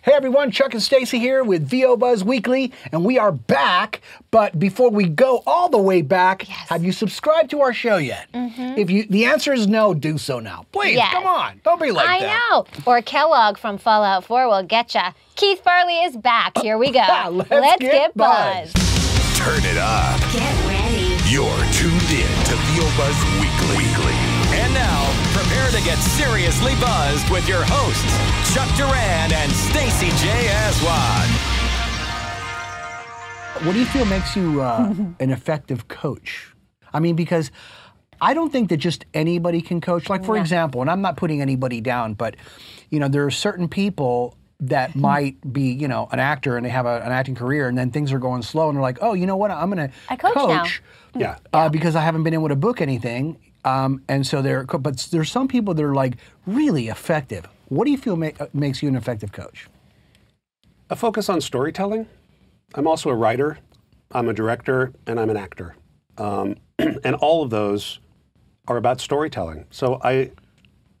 Hey everyone, Chuck and Stacy here with VO Buzz Weekly, and we are back. But before we go all the way back, have you subscribed to our show yet? If you, the answer is no, do so now. Please, Yes. come on, don't be like I that. know. Or Kellogg from Fallout 4 will getcha. Keith Barley is back. Here we go. Ah, Let's get buzzed. Turn it up. Get ready. You're tuned in to Feel Buzz Weekly. Weekly. And now, prepare to get seriously buzzed with your hosts, Chuck Duran and Stacy J. Aswad. What do you feel makes you uh, an effective coach? I mean, because I don't think that just anybody can coach. Like, for example, and I'm not putting anybody down, but you know, there are certain people that might be, you know, an actor and they have a, an acting career, and then things are going slow, and they're like, oh, you know what? I'm going to I coach now. yeah, uh, because I haven't been able to book anything. Um, and so there, but there's some people that are like really effective. What do you feel ma- uh, makes you an effective coach? a focus on storytelling. I'm also a writer, I'm a director, and I'm an actor. Um, and all of those are about storytelling. So I,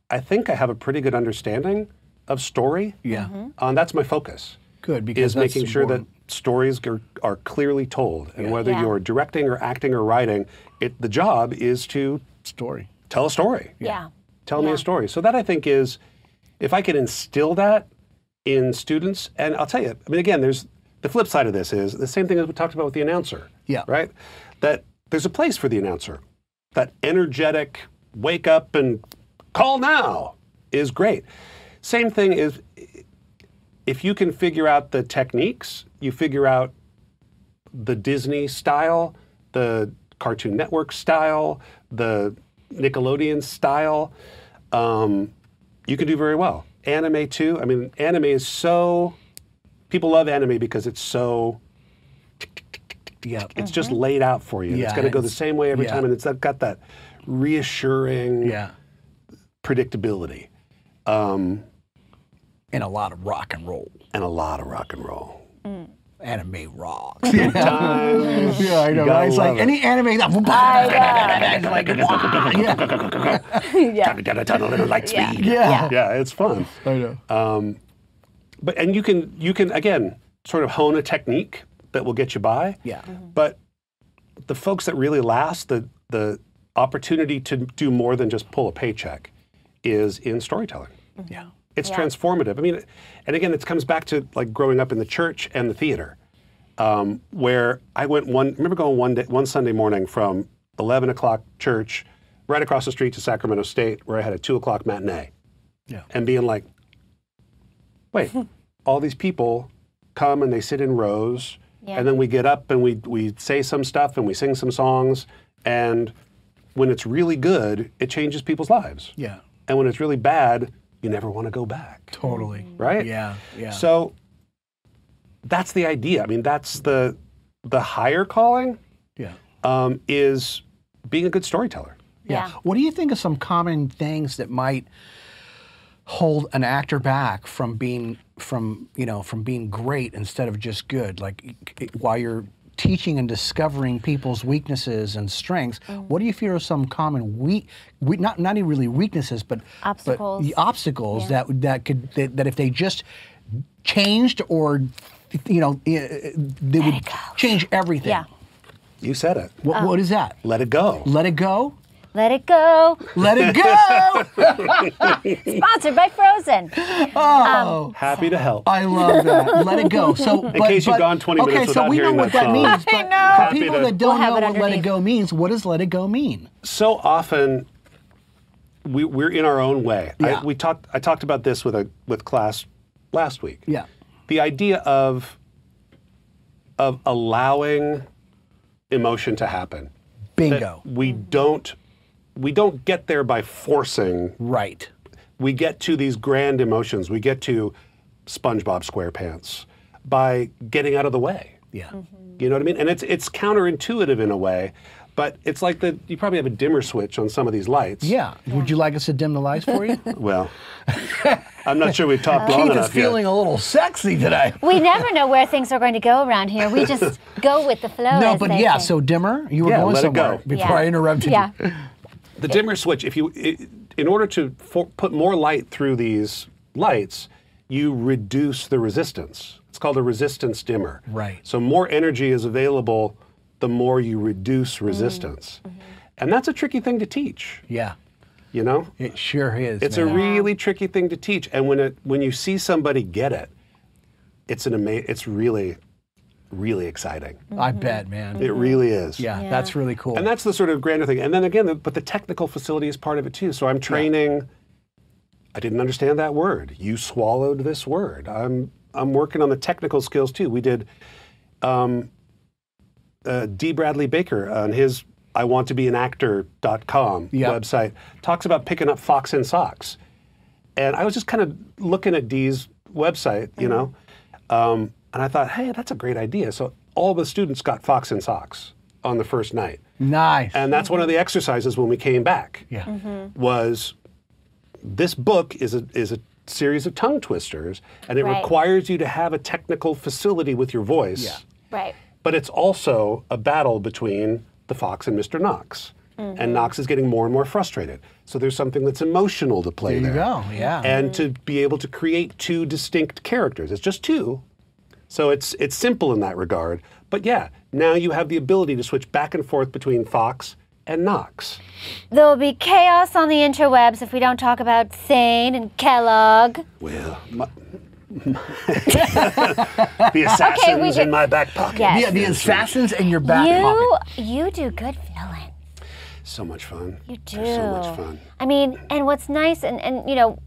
I think I have a pretty good understanding of story. Yeah. Mm-hmm. Um, that's my focus. Good, because is that's making sure that important. stories are, are clearly told, and whether Yeah. you're directing or acting or writing, it the job is to Story. tell a story Yeah. tell me a story. So that I think is, if I can instill that in students, and I'll tell you, I mean, again, there's the flip side of this is the same thing as we talked about with the announcer. Yeah. Right. That there's a place for the announcer. That energetic wake up and call now is great. Same thing is if you can figure out the techniques, you figure out the Disney style, the Cartoon Network style, the Nickelodeon style, um, you can do very well. Anime too. I mean, anime is so people love anime because it's so Yeah. it's just laid out for you. Mm-hmm. Yeah, it's going to go the it's- same way every yeah. time, and it's got that reassuring Yeah. predictability um, And a lot of rock and roll. and a lot of rock and roll. anime rocks. yeah, I know. Right? It's love like it. any anime that. It's like, wow, yeah, Yeah. Got a ton of little light Yeah. speed. yeah. yeah, it's fun. I know. but and you can you can again sort of hone a technique that will get you by. Yeah. But the folks that really last the the opportunity to do more than just pull a paycheck is in storytelling. yeah. It's transformative. I mean, and again, it comes back to like growing up in the church and the theater, um, where I went one. Remember going one day, one Sunday morning from eleven o'clock church, right across the street to Sacramento State, where I had a two o'clock matinee Yeah. and being like, wait, all these people come and they sit in rows, Yeah. and then we get up and we, we say some stuff and we sing some songs. And when it's really good, it changes people's lives. Yeah. And when it's really bad, you never want to go back, Totally. right? Yeah. Yeah. So that's the idea. I mean, that's the the higher calling yeah. um, is being a good storyteller. Yeah. What do you think of some common things that might hold an actor back from being from you know from being great instead of just good? Like it- while you're teaching and discovering people's weaknesses and strengths, Mm. what do you feel are some common weak, we, not not even really weaknesses, but but Obstacles. the obstacles that that could that, that if they just changed or you know eh, they would change everything. Yeah. Um, You said it. What, what is that? Let it go. Let it go. Let it go. Let it go. Sponsored by Frozen. Happy to help. Oh, I love that. Let it go. So, in Um, case you've gone 20 okay, minutes so without we know hearing what that that song. means. But know. For people Happy to- that don't We'll have know what it let it underneath. go means, what does let it go mean? so often we, we're in our own way. Yeah. I, we talked. I talked about this with a with class last week. Yeah. The idea of of allowing emotion to happen. That Bingo. we don't we don't get there by forcing. right. We get to these grand emotions. We get to SpongeBob SquarePants by getting out of the way. Yeah. You know what I mean? And it's it's counterintuitive in a way, but it's like the you probably have a dimmer switch on some of these lights. yeah. Would you like us to dim the lights for you? Keith Well, I'm not sure we've talked long is enough yet. feeling a little sexy today. We never know where things are going to go around here. We just go with the flow. No, as but they yeah. say. So dimmer, you were Yeah, going let it go. somewhere before Yeah. I interrupted Yeah. you. the dimmer switch. If you, i in order to for, put more light through these lights, you reduce the resistance. It's called a resistance dimmer. Right. So more energy is available the more you reduce resistance. And that's a tricky thing to teach, Yeah. you know? It sure is. It's man. a really tricky thing to teach, and when it when you see somebody get it, it's an ama- It's really, really exciting. I bet, man. It really is. Mm-hmm. yeah, that's really cool. And that's the sort of grander thing. And then again, the, but the technical facility is part of it too. So I'm training. I didn't understand that word. You swallowed this word. I'm I'm working on the technical skills too. We did um, uh, D. Bradley Baker on his I want to be an actor.com Yeah. website talks about picking up fox and socks. And I was just kind of looking at Dee's website, Mm-hmm. you know, um, and I thought, hey, that's a great idea. So all the students got fox and socks on the first night. nice. And that's one of the exercises when we came back yeah. was this book is a, is a series of tongue twisters, and it Right. requires you to have a technical facility with your voice. Yeah. Right. But it's also a battle between the fox and Mr. Knox. Mm-hmm. And Knox is getting more and more frustrated. So there's something that's emotional to play There there. you go. Yeah. And to be able to create two distinct characters. It's just two. So it's it's simple in that regard. But yeah, now you have the ability to switch back and forth between Fox and Knox. There will be chaos on the interwebs if we don't talk about Thane and Kellogg. Well, my, the assassin's did- in my back pocket. Yes. yeah, the assassins in your back you pocket. you do good villain. So much fun. You do. They're so much fun. I mean, and what's nice, and, and you know,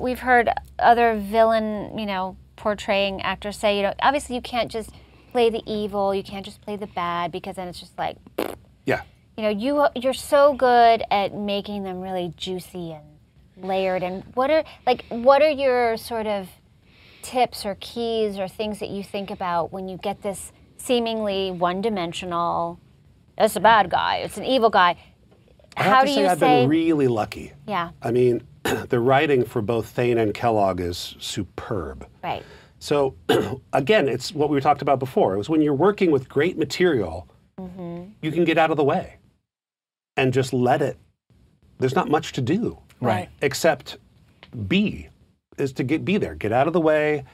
we've heard other villain, you know, portraying actors say, you know, obviously you can't just play the evil, you can't just play the bad, because then it's just like, Yeah. you know, you you're so good at making them really juicy and layered. And what are like, what are your sort of tips or keys or things that you think about when you get this seemingly one-dimensional? It's a bad guy. It's an evil guy. I have How to do say you I've say- been really lucky. Yeah. I mean, the writing for both Thane and Kellogg is superb. Right. So again, it's what we talked about before. It was when you're working with great material, Mm-hmm. you can get out of the way and just let it. There's not much to do. Right. except be is to get be there get out of the way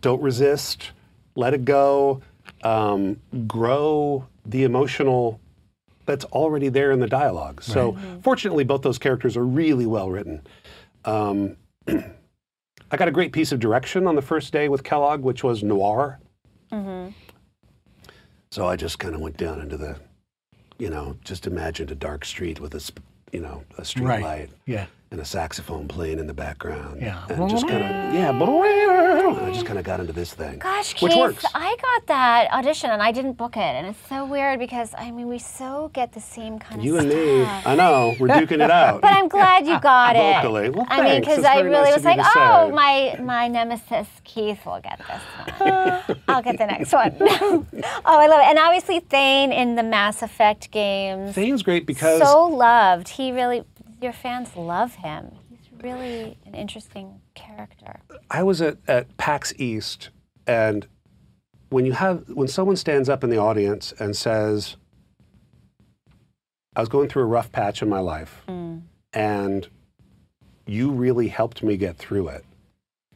don't resist let it go um, grow the emotional that's already there in the dialogue so Mm-hmm. fortunately both those characters are really well written um, i got a great piece of direction on the first day with kellogg which was noir so i just kind of went down into the you know just imagined a dark street with a sp- you know a street Right. light Yeah. and a saxophone playing in the background. Yeah. And just kind of, yeah, and I just kind of got into this thing. Gosh, Keith, which works. I got that audition and I didn't book it, and it's so weird because I mean we so get the same kind You of and stuff. me, I know, we're duking it out. But I'm glad you got it. Vocally. Well, I mean, thanks. because It's I very really nice was of you like, to oh, say." my my nemesis Keith will get this one. I'll get the next one. oh, I love it. And obviously Thane in the Mass Effect games, Thane's great because so loved. He really, your fans love him. He's really an interesting character. I was at, at PAX East, and when you have when someone stands up in the audience and says, "I was going through a rough patch in my life, and you really helped me get through it,"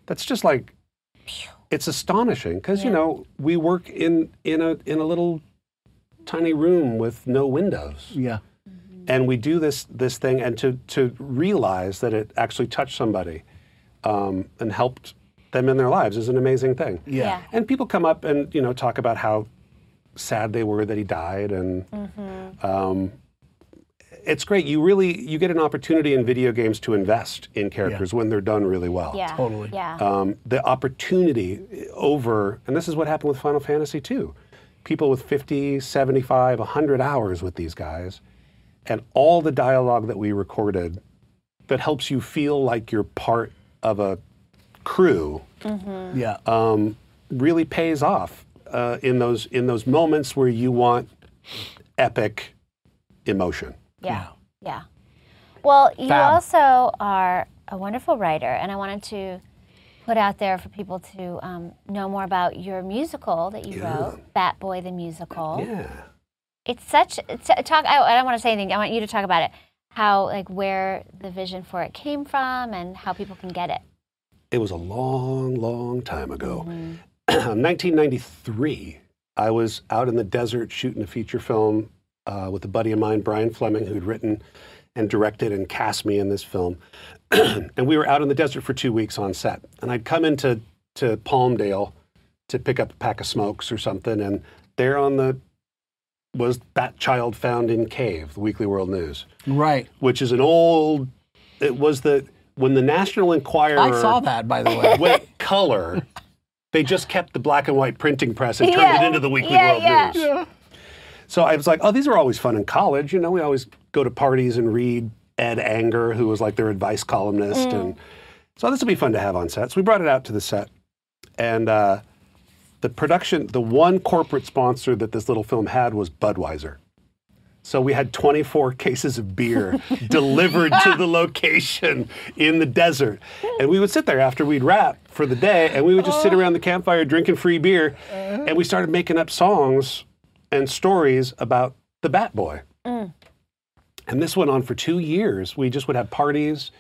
that's just like it's astonishing because you know we work in in a in a little tiny room with no windows Yeah. and we do this this thing and to to realize that it actually touched somebody um, and helped them in their lives is an amazing thing Yeah. and people come up and you know talk about how sad they were that he died and Mm-hmm. um, it's great you really you get an opportunity in video games to invest in characters when they're done really well Yeah. Totally. Yeah. um, the opportunity over, and this is what happened with Final Fantasy too. People with 50, 75, 100 hours with these guys, and all the dialogue that we recorded that helps you feel like you're part of a crew Yeah. um, really pays off uh, in those in those moments where you want epic emotion. Yeah. Yeah. Well, you Fab. also are a wonderful writer, and I wanted to put out there for people to um, know more about your musical that you wrote, Bat Boy the Musical. Yeah. It's such it's, uh, talk. I, I don't want to say anything. I want you to talk about it. How like where the vision for it came from and how people can get it. It was a long, long time ago. Mm-hmm. 1993, I was out in the desert shooting a feature film uh, with a buddy of mine, Brian Fleming, who'd written and directed and cast me in this film. and we were out in the desert for two weeks on set. And I'd come into to Palmdale to pick up a pack of smokes or something, and there on the was that child found in cave, the Weekly World News, Right. which is an old. It was the when the National Enquirer I saw that, by the way. went color, they just kept the black and white printing press and turned Yeah. it into the Weekly Yeah, World yeah. News. So I was like, oh, these are always fun in college. You know, we always go to parties and read Ed Anger, who was like their advice columnist. And so this will be fun to have on set. So we brought it out to the set. And uh, the production, the one corporate sponsor that this little film had was Budweiser. So we had 24 cases of beer delivered to the location in the desert. And we would sit there after we'd wrap for the day and we would just sit around the campfire drinking free beer. And we started making up songs and stories about the Bat Boy. And this went on for two years. We just would have parties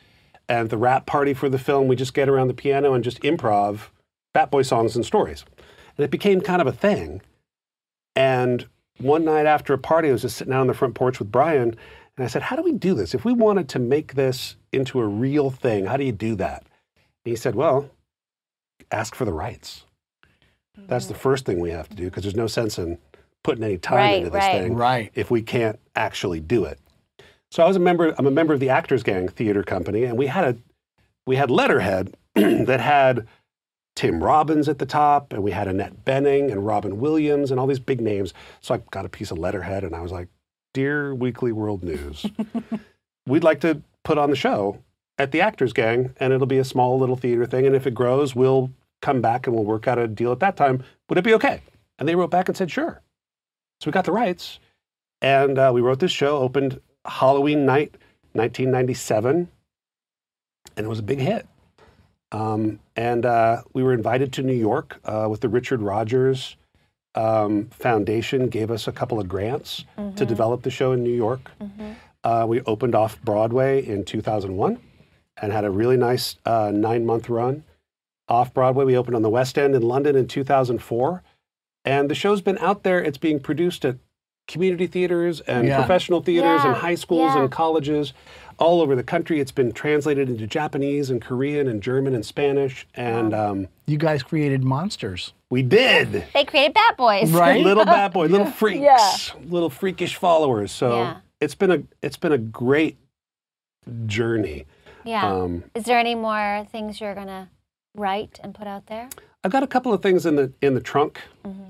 and the rap party for the film. We just get around the piano and just improv Bat Boy songs and stories. And it became kind of a thing. And one night after a party, I was just sitting out on the front porch with Brian, and I said, How do we do this? If we wanted to make this into a real thing, how do you do that? And he said, Well, ask for the rights. That's the first thing we have to do because there's no sense in putting any Mm. time Right, into this right. thing Right. if we can't actually do it. So I was a member. I'm a member of the Actors Gang Theater Company, and we had a we had letterhead that had Tim Robbins at the top, and we had Annette Benning and Robin Williams and all these big names. So I got a piece of letterhead, and I was like, "Dear Weekly World News, we'd like to put on the show at the Actors Gang, and it'll be a small little theater thing. And if it grows, we'll come back and we'll work out a deal at that time. Would it be okay?" And they wrote back and said, "Sure." So we got the rights. And uh, we wrote this show, opened Halloween night, 1997, and it was a big hit. Um, and uh, we were invited to New York uh, with the Richard Rogers um, Foundation, gave us a couple of grants to develop the show in New York. Uh, we opened off Broadway in 2001 and had a really nice uh, nine month run off Broadway. We opened on the West End in London in 2004. And the show's been out there. It's being produced at community theaters and Yeah. professional theaters and Yeah, high schools yeah. and colleges all over the country. It's been translated into Japanese and Korean and German and Spanish. And um, You guys created monsters. we did. They created Bat Boys. Right? little bad boy, little freaks, Yeah. little freakish followers. So Yeah. it's been a it's been a great journey. Yeah. Um, Is there any more things you're gonna write and put out there? I've got a couple of things in the in the trunk Mm-hmm.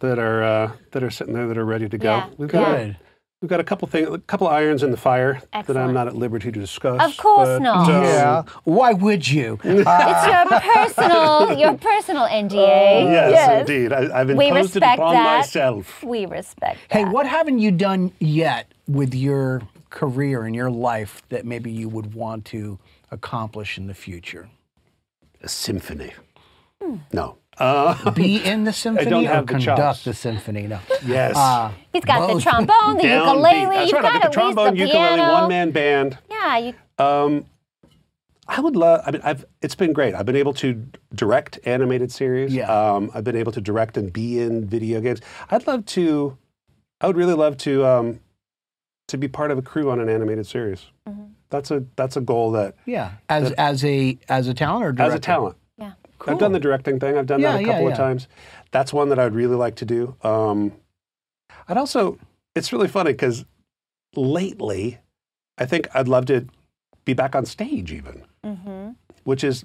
that are uh, that are sitting there that are ready to go. Yeah. We've got a, Good. we've got a couple things, a couple irons in the fire that I'm Excellent. not at liberty to discuss. Of course but, not. um, Yeah. Why would you? Uh, It's your personal, your personal NDA. Oh, Yes, indeed. I, I've Oh, We imposed it respect upon that. myself. We respect. hey, that. what haven't you done yet with your career and your life that maybe you would want to accomplish in the future? A symphony. Hmm. No. Uh, Be in the symphony don't or have the chops. conduct the symphony? No. Uh, yes. He's got the Both. trombone, the Downbeat. ukulele. Uh, You've That's right. I've got got the at trombone, least the ukulele, piano. one man band. Yeah, you, Um, I would love. I mean, I've it's been great. I've been able to direct animated series. Yeah. Um, I've been able to direct and be in video games. I'd love to. I would really love to um, to be part of a crew on an animated series. Mm-hmm. That's a that's a goal that Yeah. As as a as a talent or director? as a talent. yeah. I've done the directing thing. I've done that Yeah, a yeah, couple of yeah. times. That's one that I'd really like to do. Um, I'd also. It's really funny because lately, I think I'd love to be back on stage even Mm-hmm. which is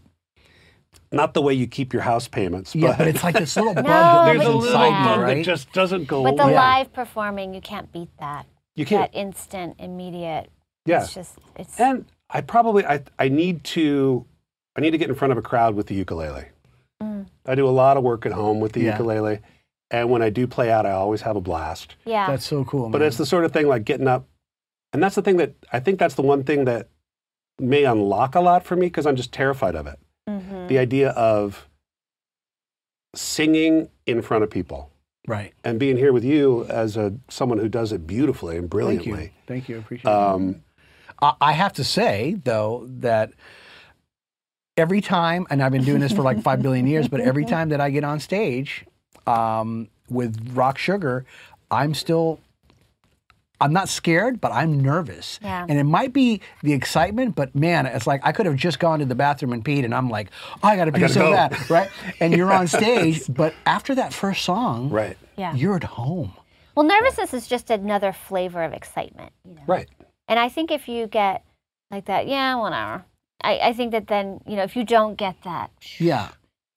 not the way you keep your house payments. Yeah, but, but it's like this little bug No, that there's lives a but- little inside Yeah. bug you, that right? just doesn't go But the away. Yeah. live performing, you can't beat that. you Oh, can't. That instant, immediate. Yeah. Eh, It's just, it's. And I probably I I need to I need to get in front of a crowd with the ukulele. I do a lot of work at home with the Yeah. ukulele, and when I do play out, I always have a blast. yeah. That's so cool. But man. it's the sort of thing like getting up, and that's the thing that I think that's the one thing that may unlock a lot for me because I'm just terrified of it. mm-hmm. The idea of singing in front of people. right. and being here with you as a someone who does it beautifully and Thank you. brilliantly. Thank you. Appreciate it. Um, I I have to say, though, that every time, and I've been doing this for like five billion years, but every time that I get on stage um, with Rock Sugar, I'm still. I'm not scared, but I'm nervous. Yeah. And it might be the excitement, but man, it's like I could have just gone to the bathroom and peed, and I'm like, I gotta pee gotta so go. bad, right? And you're on stage, but after that first song, Right. Yeah. you're at home. Well, nervousness is just another flavor of excitement. You know? Right. And I think if you get like that, yeah, whatever. I, I think that then, you know, if you don't get that, Yeah.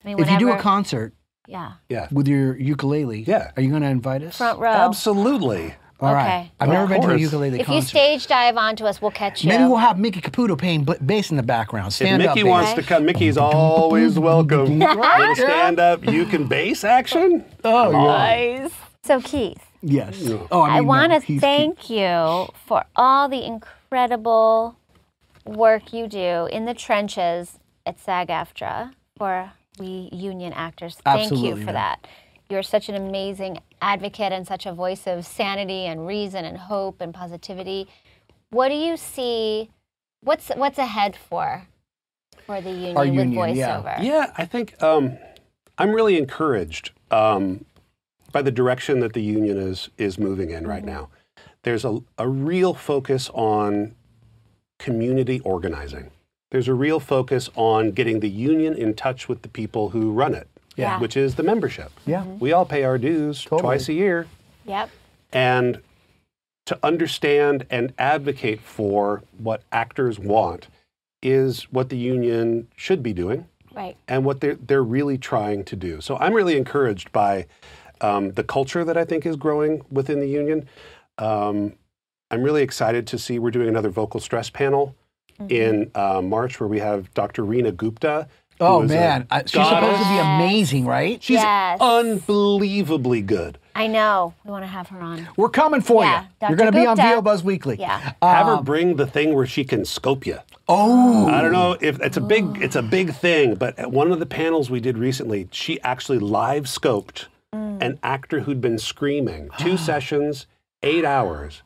I mean, If you do a whenever- concert yeah, Yeah. with your ukulele, Yeah. are you gonna invite us? front row. Absolutely. All right. Okay. I've Of never been to a course. ukulele If concert. you stage dive onto us, we'll catch you. Maybe we'll have Mickey Caputo playing b- bass in the background. If Stand up, Mickey bass. wants to come, Mickey's always welcome. Little stand up, you can bass action. Oh, Nice. So Keith, Yes. Oh, I, I, mean, no, want to he's- thank you for all the incredible work you do in the trenches at SAG-AFTRA for we union actors. Thank you Absolutely, for man. that. You're such an amazing advocate and such a voice of sanity and reason and hope and positivity. What do you see? What's what's ahead for for the union Our with union, yeah. voiceover? Yeah, I think um, I'm really encouraged um, by the direction that the union is is moving in right now. There's a, a real focus on community organizing. There's a real focus on getting the union in touch with the people who run it, Yeah. which is the membership. Yeah. We all pay our dues Totally. twice a year, Yep. and to understand and advocate for what actors want is what the union should be doing Right. and what they're they're really trying to do. So I'm really encouraged by um, the culture that I think is growing within the union. Um, I'm really excited to see we're doing another vocal stress panel in uh, March where we have Dr. Reena Gupta. who Oh is a man, I, she's goddess. supposed to be amazing, right? She's Yes. unbelievably good. I know. We want to have her on. We're coming for Yeah, you. Dr. You're going to be on Gupta. VO Buzz Weekly. Yeah. Have her bring the thing where she can scope you. Oh, I don't know if it's a big it's a big thing, but at one of the panels we did recently, she actually live scoped an actor who'd been screaming two sessions, eight hours,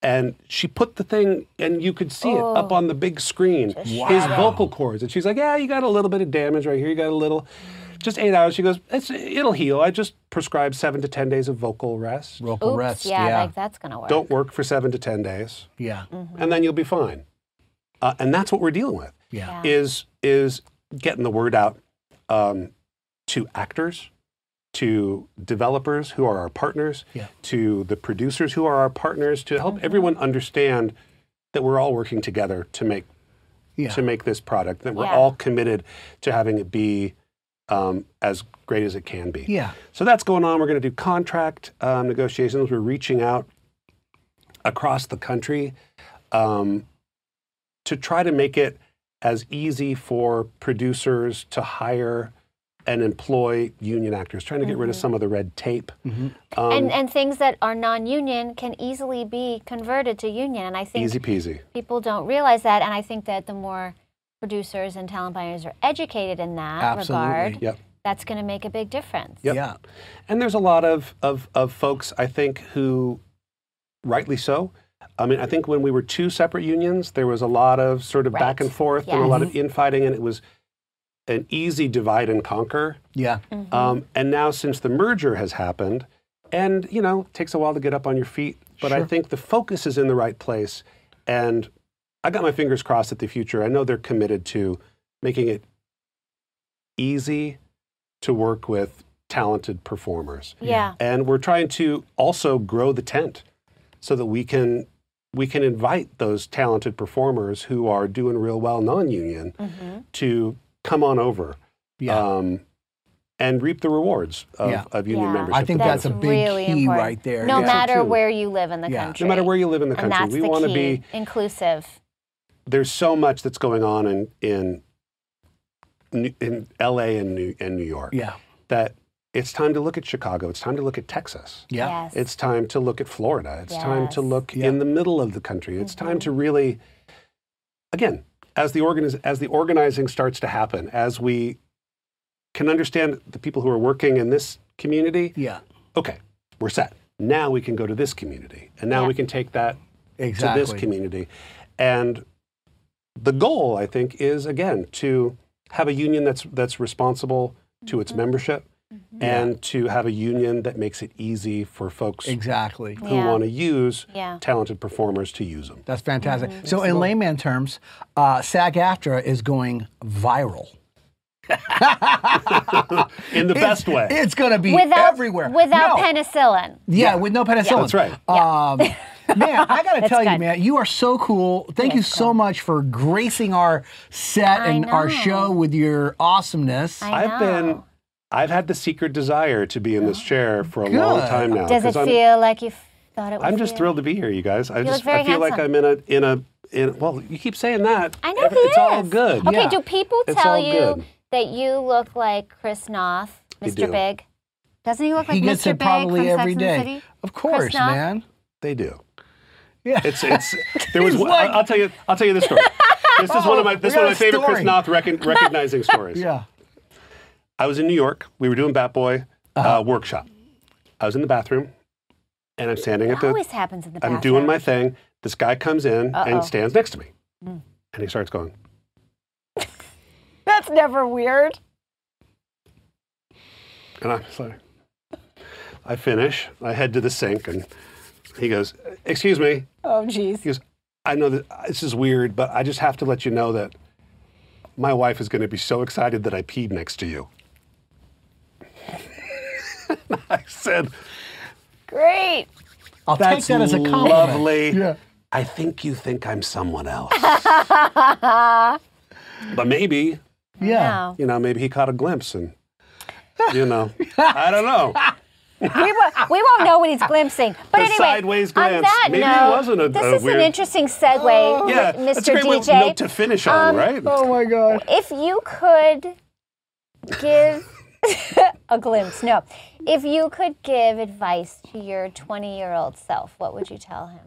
and she put the thing and you could see it up on the big screen, his vocal cords, and she's like, "Yeah, you got a little bit of damage right here. You got a little." Just eight hours. She goes, it's, it'll heal. I just prescribe seven to 10 days of vocal rest. vocal Oops. rest. yeah, yeah. Like Mm, that's gonna work. Don't work for seven to 10 days, yeah. and then you'll be fine. Uh, and that's what we're dealing with Yeah. Yeah. is is getting the word out um, to actors, to developers who are our partners, Yeah. to the producers who are our partners, to help everyone understand that we're all working together to make Yeah. to make this product. That we're Yeah. all committed to having it be um, as great as it can be. Yeah. So that's going on. We're going to do contract um, negotiations. We're reaching out across the country um, to try to make it as easy for producers to hire and employ union actors, trying to get rid of some of the red tape. Um, and and things that are non-union can easily be converted to union, and I think easy peasy. people don't realize that. And I think that the more producers and talent buyers are educated in that Absolutely. regard, Yep. that's going to make a big difference. Yep. Yeah. And there's a lot of, of, of folks, I think, who, rightly so, I mean, I think when we were two separate unions, there was a lot of sort of back Right. and forth and a Yes. lot of infighting, and it was an easy divide and conquer. Yeah. Um, and now, since the merger has happened, and you know, it takes a while to get up on your feet, but I Sure. think the focus is in the right place. And I got my fingers crossed at the future. I know they're committed to making it easy to work with talented performers. Yeah. And we're trying to also grow the tent so that we can we can invite those talented performers who are doing real well non-union to come on over Yeah. um, and reap the rewards of, Yeah. of union Yeah. membership. I think that's a big really key important. right there. No Yeah. matter So true. where you live in the Yeah. No country. no matter where you live in the And country, that's we the want to key. be. inclusive. There's so much that's going on in in New- in L.A. and New and New York Yeah. that it's time to look at Chicago. It's time to look at Texas. Yeah. Yes. It's time to look at Florida. It's time to Yes. Mm-hmm. look Yeah. in the middle of the country. It's time to really, again, as the organiz- as the organizing starts to happen, as we can understand the people who are working in this community, Yeah. okay, we're set. Now we can go to this community, and now Yeah. we can take that Exactly. to this community. And the goal, I think, is again to have a union that's that's responsible to Mm-hmm. its membership and to have a union that makes it easy for folks Exactly. who Yeah. want to use Yeah. talented performers to use them. That's fantastic. Mm-hmm. So, in layman terms, uh, SAG-AFTRA is going viral. In the best way. It's going to be without everywhere. without No. penicillin. Yeah, with no penicillin. That's right. Um, man, I gotta tell you, good. man, you are so cool. Thank you so much for gracing our set I and our know. show with your awesomeness. I I've been know. I've had the secret desire to be in this chair for a long Good. time now. Does it Uh, 'cause I'm, feel like you f- thought it? Would I'm just feel? thrilled to be here, you guys. I look just very I feel like I'm handsome. in a in a in well, you keep saying that. I know Every- he It's all is. good. Okay, Yeah. do people It's tell all you good. that you look like Chris Noth, They Mr. do. Big? Doesn't he look like he gets Mr. it Big probably from every Sex day. and the City? Of course, Noth? man. They do. Yeah. It's it's there was He's one, like- I- I'll tell you I'll tell you this story. This is one of my Oh, this we is one of got my a favorite Chris story. Noth recon, recognizing stories. Yeah. I was in New York. We were doing Bat Boy uh Uh-huh. workshop. I was in the bathroom, and I'm standing at It the. always happens in the bathroom. I'm doing my thing. This guy comes in Uh-oh. Mm. and stands next to me, and he starts going. That's never weird. And I'm just like, I finish, I head to the sink, and he goes, Excuse me. Oh, jeez. He goes, I know that uh, this is weird, but I just have to let you know that my wife is going to be so excited that I peed next to you. I said, Great. I'll That's take that as a compliment. lovely. Yeah. I think you think I'm someone else. but maybe, Yeah. Wow. you know, maybe he caught a glimpse and, you know, I don't know. we, won't, we won't know what he's glimpsing. But The anyway, sideways on glance. that Maybe it note, wasn't a- this a is weird- an interesting segue, with Yeah, Mr. that's a great DJ. note to finish on, Um, right? Oh my God. If you could give a glimpse, no. If you could give advice to your 20 year old self, what would you tell him?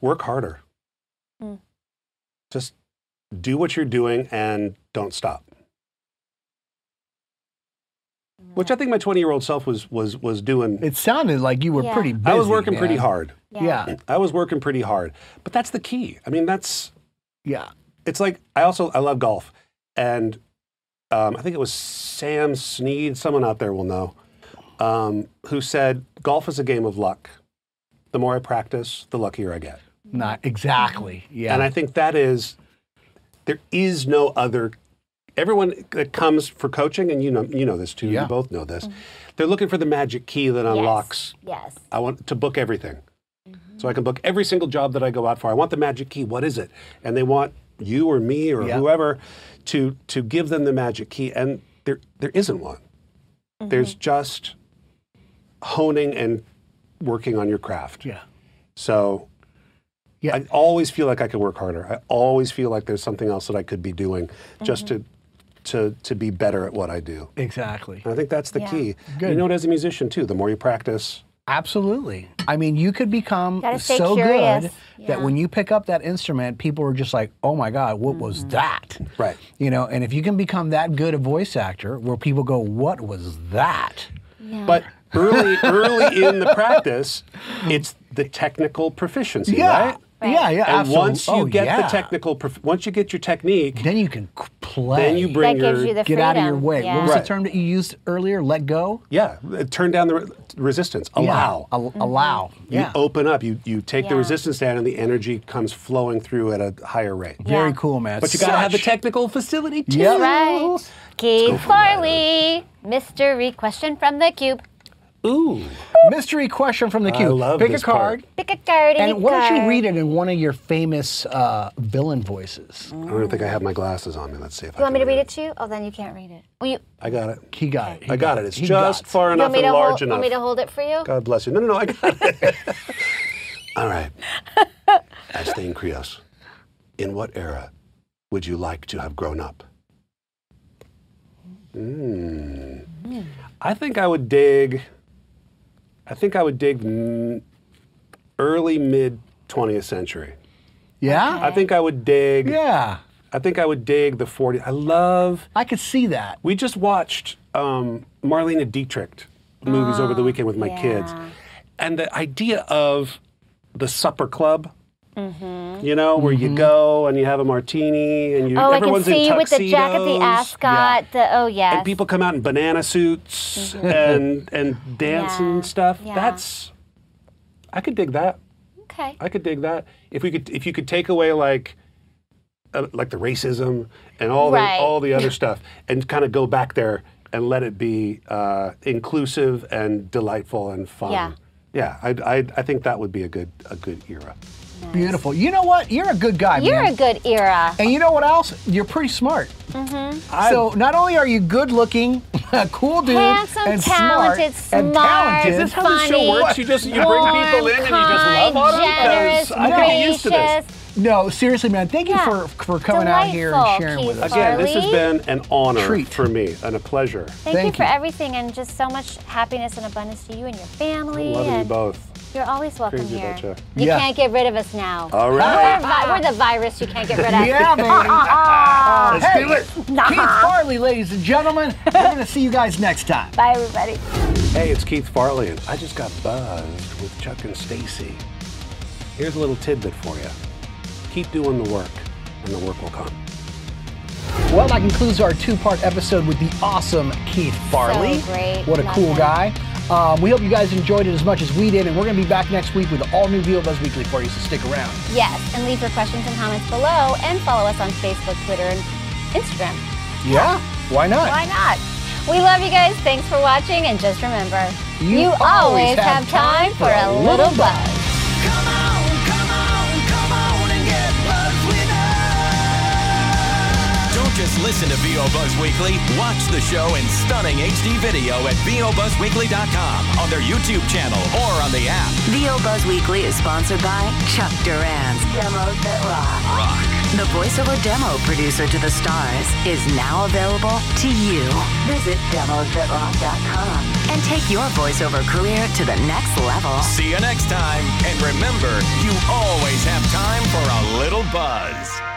work harder. Hmm. Just do what you're doing and don't stop. Which I think my 20 year old self was was was doing. It sounded like you were Yeah. pretty busy. I was working pretty man. hard. Yeah. Yeah. I was working pretty hard. But that's the key. I mean, that's yeah. it's like I also I love golf, and um, I think it was Sam Sneed, someone out there will know, um, who said golf is a game of luck. The more I practice, the luckier I get. Not exactly. Yeah. And I think that is, there is no other. Everyone that comes for coaching, and you know, you know this too. Yeah. You both know this. They're looking for the magic key that unlocks. Yes. I want to book everything, so I can book every single job that I go out for. I want the magic key. What is it? And they want you or me or Yeah. whoever to to give them the magic key, and there there isn't one. There's just honing and working on your craft. yeah. So Yeah. I always feel like I could work harder. I always feel like there's something else that I could be doing just to to to be better at what I do. Exactly. And I think that's the Yeah. key. Good. You know it as a musician too. The more you practice, Absolutely. I mean, you could become Gotta stay so curious. good Yeah. that when you pick up that instrument, people are just like, "Oh my God, what was Mm-hmm. that?" Right. You know, and if you can become that good a voice actor, where people go, "What was that?" Mm. but early early in the practice, it's the technical proficiency, right? Right. yeah, yeah. And absolutely. once you Oh, get yeah. the technical, prof- once you get your technique, then you can c- play. then you That bring your gives you the get out of your freedom. way. Yeah. What was Right. the term that you used earlier? Let go. yeah. Turn down the re- resistance. Allow. Yeah. Al- Mm-hmm. Allow. You Yeah. open up. You you take the Yeah. resistance down, and the energy comes flowing through at a higher rate. Very Yeah. cool, man. But you got to have the Such- technical facility too. Yep. Right. Keith Farley, mystery question from the cube. Ooh. mystery question from the I cube. love Pick this a part. card. Pick a card. any And why don't you card. read it in one of your famous uh, villain voices? I don't think I have my glasses on me. Let's see if I You want me can to read it to you? Oh, then you can't read it. Will you, I got it. He got it. He I got it. It's He just got it. far you enough want, me to and large hold, want me to enough. hold it for you? God bless you. No, no, no. I got it. All right. Asthane Krios, in what era would you like to have grown up? Mm. I think I would dig. I think I would dig mm, early mid 20th century. Yeah? I think I would dig. Yeah. I think I would dig the 40. I love. I could see that. We just watched um, Marlena Dietrich movies Ah, over the weekend with my kids, and the idea of the supper club You know, where you go and you have a martini and you Mm-hmm. Oh, I can everyone's see in you with the jacket, the tuxedos. ascot, the oh yes. and people come out in banana suits and and dance Yeah, and stuff. yeah. That's I could dig that. okay. I could dig that. If we could, if you could take away like, uh, like the racism and all Right. the all the other stuff, and kind of go back there and let it be uh, inclusive and delightful and fun. Yeah. Yeah, I, I, I think that would be a good a good era. Beautiful. You know what? You're a good guy, You're man. a good era. and you know what else? You're pretty smart. Mm-hmm. I- so not only are you good looking, a cool dude, Handsome, and talented, smart, and smart. talented. Is this how the show Funny, works? You just you warm, kind, generous, I'm getting gracious. No, seriously, man. Thank you Yeah. for for coming out here and Delightful, sharing with Keith. us. Again, this has Farley? been an honor Treat. for me and a pleasure. Thank, you Thank for you. everything and just so much happiness and abundance to you and your family. Loving you and both. You're always welcome Crazy here. about you. You Yeah. can't get rid of us now. All We're, right, vi- we're the virus you can't get rid of. Yeah, baby. let's Hey, do it. Keith Farley, ladies and gentlemen. We're gonna see you guys next time. Bye, everybody. Hey, it's Keith Farley, and I just got buzzed with Chuck and Stacy. Here's a little tidbit for you. Keep doing the work, and the work will come. Well, that concludes our two-part episode with the awesome Keith Farley. great. What a Love cool him. guy. Um, we hope you guys enjoyed it as much as we did, and we're going to be back next week with all new Deal Buzz Weekly for you, so stick around. Yes, and leave your questions and comments below and follow us on Facebook, Twitter, and Instagram. Yeah, why not? Why not? We love you guys. Thanks for watching, and just remember, You always have time for a little buzz. Come on, come on, come on and get buzzed with us. Don't just listen to VO Buzz Weekly. Watch the show in stunning HD video at VOBuzzWeekly.com on their YouTube channel or on the app. VO Buzz Weekly is sponsored by Chuck Duran's Demos That Rock. The voiceover demo producer to the stars is now available to you. Visit demosthatrock.com and take your voiceover career to the next level. See you next time. And remember, you always have time for a little buzz.